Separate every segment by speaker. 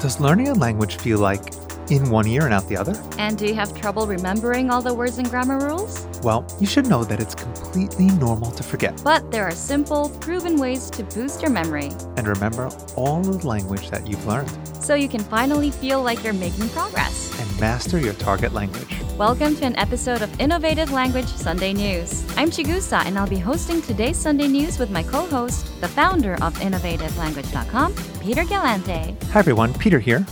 Speaker 1: Does learning a language feel like in one ear and out the other?
Speaker 2: And do you have trouble remembering all the words and grammar rules?
Speaker 1: Well, you should know that it's completely normal to forget.
Speaker 2: But there are simple, proven ways to boost your memory
Speaker 1: And remember all the language that you've learned
Speaker 2: so you can finally feel like you're making progress.
Speaker 1: and master your target language.
Speaker 2: Welcome to an episode of Innovative Language Sunday News. I'm Chigusa, and I'll be hosting today's Sunday News with my co host, the founder of InnovativeLanguage.com, Peter Galante.
Speaker 1: Hi everyone, Peter here.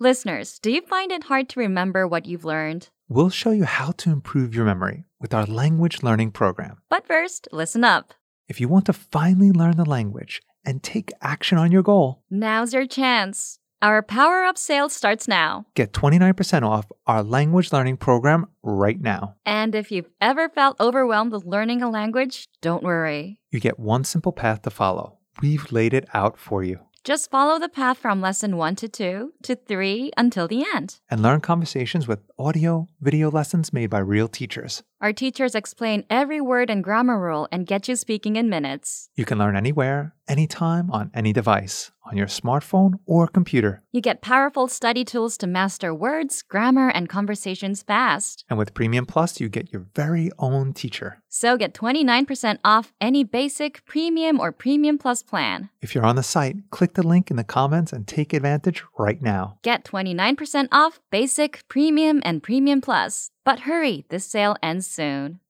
Speaker 2: Listeners, do you find it hard to remember what you've learned?
Speaker 1: We'll show you how to improve your memory with our language learning program.
Speaker 2: But first, listen up.
Speaker 1: If you want to finally learn the language and take action on your goal,
Speaker 2: Now's your chance. Our power up sale starts now.
Speaker 1: get 29% off our language learning program right now.
Speaker 2: And if you've ever felt overwhelmed with learning a language, don't worry.
Speaker 1: You get one simple path to follow. We've laid it out for you.
Speaker 2: Just follow the path from lesson 1 to 2 to 3 until the end.
Speaker 1: and learn conversations with audio, video lessons made by real teachers.
Speaker 2: Our teachers explain every word and grammar rule and get you speaking in minutes.
Speaker 1: You can learn anywhere, anytime, on any device, on your smartphone or computer.
Speaker 2: You get powerful study tools to master words, grammar, and conversations fast.
Speaker 1: And with Premium Plus, you get your very own teacher.
Speaker 2: So get 29% off any basic, premium, or premium plus plan.
Speaker 1: If you're on the site, click the link in the comments and take advantage right now.
Speaker 2: Get 29% off basic, premium, and premium plus. But hurry, this sale ends soon.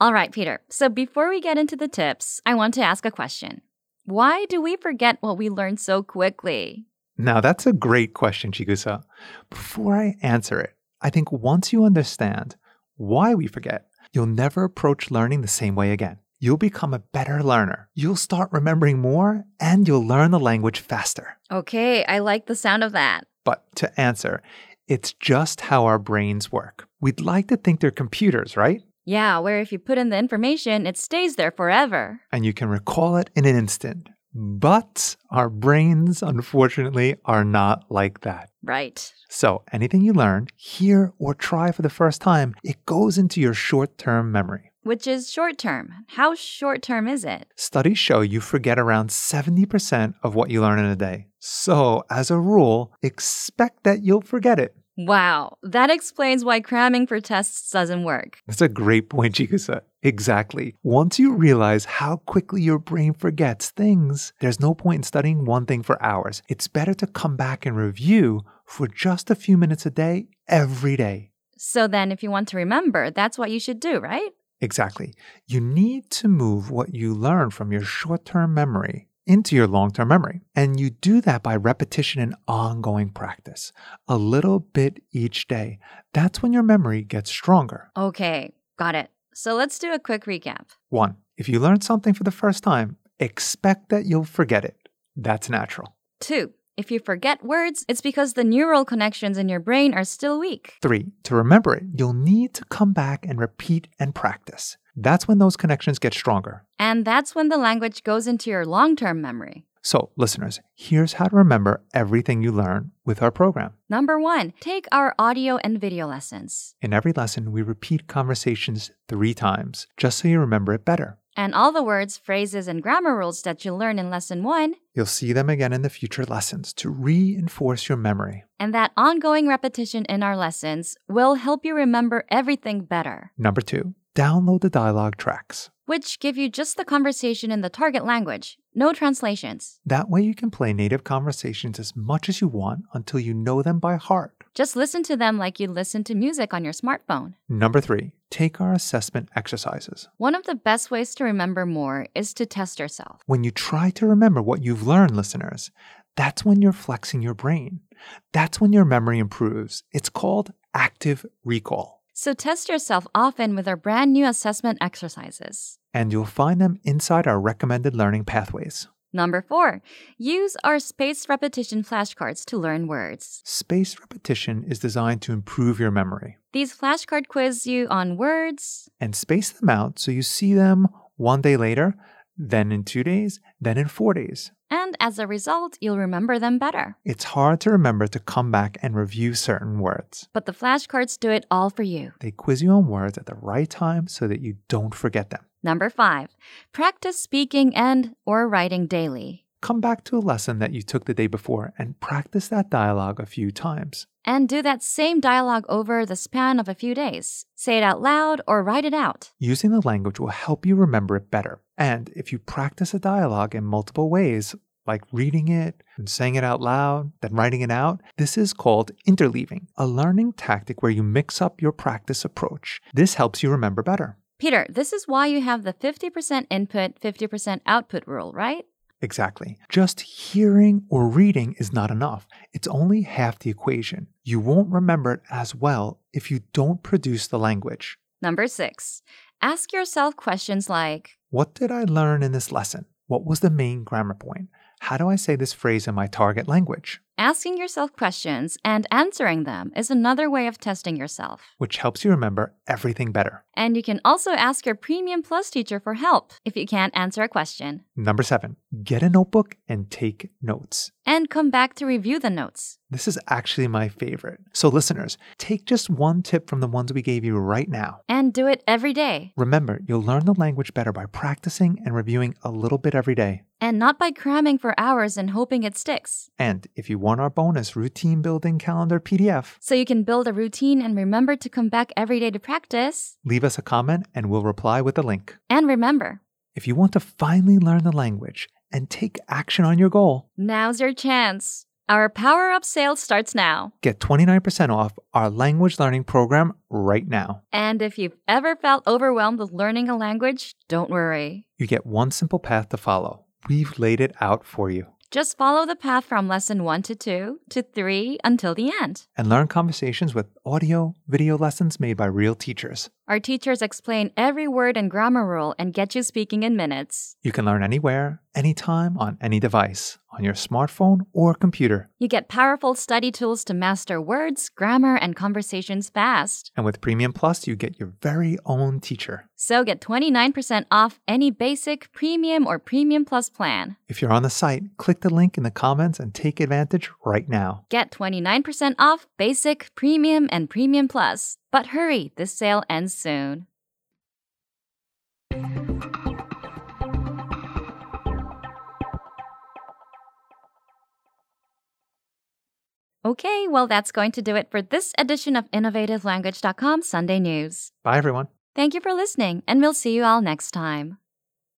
Speaker 2: All right, Peter. So before we get into the tips, I want to ask a question. Why do we forget what we learn so quickly?
Speaker 1: Now, that's a great question, Chigusa. Before I answer it, I think once you understand why we forget, you'll never approach learning the same way again. You'll become a better learner. You'll start remembering more and you'll learn the language faster.
Speaker 2: Okay, I like the sound of that.
Speaker 1: But to answer, it's just how our brains work. We'd like to think they're computers, right?
Speaker 2: Yeah, where if you put in the information, it stays there forever.
Speaker 1: And you can recall it in an instant. But our brains, unfortunately, are not like that.
Speaker 2: Right.
Speaker 1: So anything you learn, hear, or try for the first time, it goes into your short term memory.
Speaker 2: Which is short term. How short term is it?
Speaker 1: Studies show you forget around 70% of what you learn in a day. So, as a rule, expect that you'll forget it.
Speaker 2: Wow, that explains why cramming for tests doesn't work.
Speaker 1: That's a great point, Chikusa. Exactly. Once you realize how quickly your brain forgets things, there's no point in studying one thing for hours. It's better to come back and review for just a few minutes a day, every day.
Speaker 2: So then, if you want to remember, that's what you should do, right?
Speaker 1: Exactly. You need to move what you learn from your short term memory into your long term memory. And you do that by repetition and ongoing practice, a little bit each day. That's when your memory gets stronger.
Speaker 2: Okay, got it. So let's do a quick recap.
Speaker 1: One, if you learn something for the first time, expect that you'll forget it. That's natural.
Speaker 2: Two, if you forget words, it's because the neural connections in your brain are still weak.
Speaker 1: Three, to remember it, you'll need to come back and repeat and practice. That's when those connections get stronger.
Speaker 2: And that's when the language goes into your long term memory.
Speaker 1: So, listeners, here's how to remember everything you learn with our program.
Speaker 2: Number one, take our audio and video lessons.
Speaker 1: In every lesson, we repeat conversations three times just so you remember it better.
Speaker 2: And all the words, phrases, and grammar rules that you learn in lesson one,
Speaker 1: You'll see them again in the future lessons to reinforce your memory.
Speaker 2: and that ongoing repetition in our lessons will help you remember everything better,
Speaker 1: Number two, download the dialogue tracks.
Speaker 2: which give you just the conversation in the target language, no translations.
Speaker 1: That way, you can play native conversations as much as you want until you know them by heart.
Speaker 2: Just listen to them like you listen to music on your smartphone.
Speaker 1: Number three, take our assessment exercises.
Speaker 2: One of the best ways to remember more is to test yourself.
Speaker 1: When you try to remember what you've learned, listeners, that's when you're flexing your brain. That's when your memory improves. It's called active recall,
Speaker 2: So test yourself often with our brand new assessment exercises.
Speaker 1: and you'll find them inside our recommended learning pathways.
Speaker 2: Number four, use our spaced repetition flashcards to learn words.
Speaker 1: Spaced repetition is designed to improve your memory
Speaker 2: These flashcard quiz you on words,
Speaker 1: and space them out so you see them one day later, then in two days, then in four days.
Speaker 2: And as a result, you'll remember them better.
Speaker 1: It's hard to remember to come back and review certain words.
Speaker 2: But the flashcards do it all for you.
Speaker 1: They quiz you on words at the right time so that you don't forget them.
Speaker 2: Number five, practice speaking and or writing daily.
Speaker 1: Come back to a lesson that you took the day before and practice that dialogue a few times.
Speaker 2: And do that same dialogue over the span of a few days. Say it out loud or write it out.
Speaker 1: Using the language will help you remember it better. And if you practice a dialogue in multiple ways, like reading it and saying it out loud, then writing it out. This is called interleaving, a learning tactic where you mix up your practice approach. This helps you remember better.
Speaker 2: Peter, this is why you have the 50% input, 50% output rule, right?
Speaker 1: Exactly. Just hearing or reading is not enough. It's only half the equation. You won't remember it as well if you don't produce the language.
Speaker 2: Number six, ask yourself questions like
Speaker 1: What did I learn in this lesson? What was the main grammar point? How do I say this phrase in my target language?
Speaker 2: Asking yourself questions and answering them is another way of testing yourself.
Speaker 1: Which helps you remember everything better.
Speaker 2: And you can also ask your Premium Plus teacher for help if you can't answer a question.
Speaker 1: Number seven, get a notebook and take notes.
Speaker 2: And come back to review the notes.
Speaker 1: This is actually my favorite. So, listeners, take just one tip from the ones we gave you right now.
Speaker 2: And do it every day.
Speaker 1: Remember, you'll learn the language better by practicing and reviewing a little bit every day.
Speaker 2: And not by cramming for hours and hoping it sticks.
Speaker 1: And if you want our bonus routine building calendar PDF,
Speaker 2: So you can build a routine and remember to come back every day to practice.
Speaker 1: leave us a comment and we'll reply with a link.
Speaker 2: And remember,
Speaker 1: If you want to finally learn the language and take action on your goal,
Speaker 2: now's your chance. Our power up sale starts now.
Speaker 1: get 29% off our language learning program right now.
Speaker 2: And if you've ever felt overwhelmed with learning a language, don't worry.
Speaker 1: You get one simple path to follow. We've laid it out for you.
Speaker 2: Just follow the path from lesson 1 to 2 to 3 until the end.
Speaker 1: and learn conversations with audio, video lessons made by real teachers.
Speaker 2: Our teachers explain every word and grammar rule and get you speaking in minutes.
Speaker 1: You can learn anywhere, anytime, on any device, on your smartphone or computer.
Speaker 2: You get powerful study tools to master words, grammar, and conversations fast.
Speaker 1: And with Premium Plus, you get your very own teacher.
Speaker 2: So get 29% off any basic, premium, or premium plus plan.
Speaker 1: If you're on the site, click the link in the comments and take advantage right now.
Speaker 2: Get 29% off basic, premium, and premium plus. But hurry, this sale ends soon. Okay, well, that's going to do it for this edition of InnovativeLanguage.com Sunday News.
Speaker 1: Bye, everyone.
Speaker 2: Thank you for listening, and we'll see you all next time.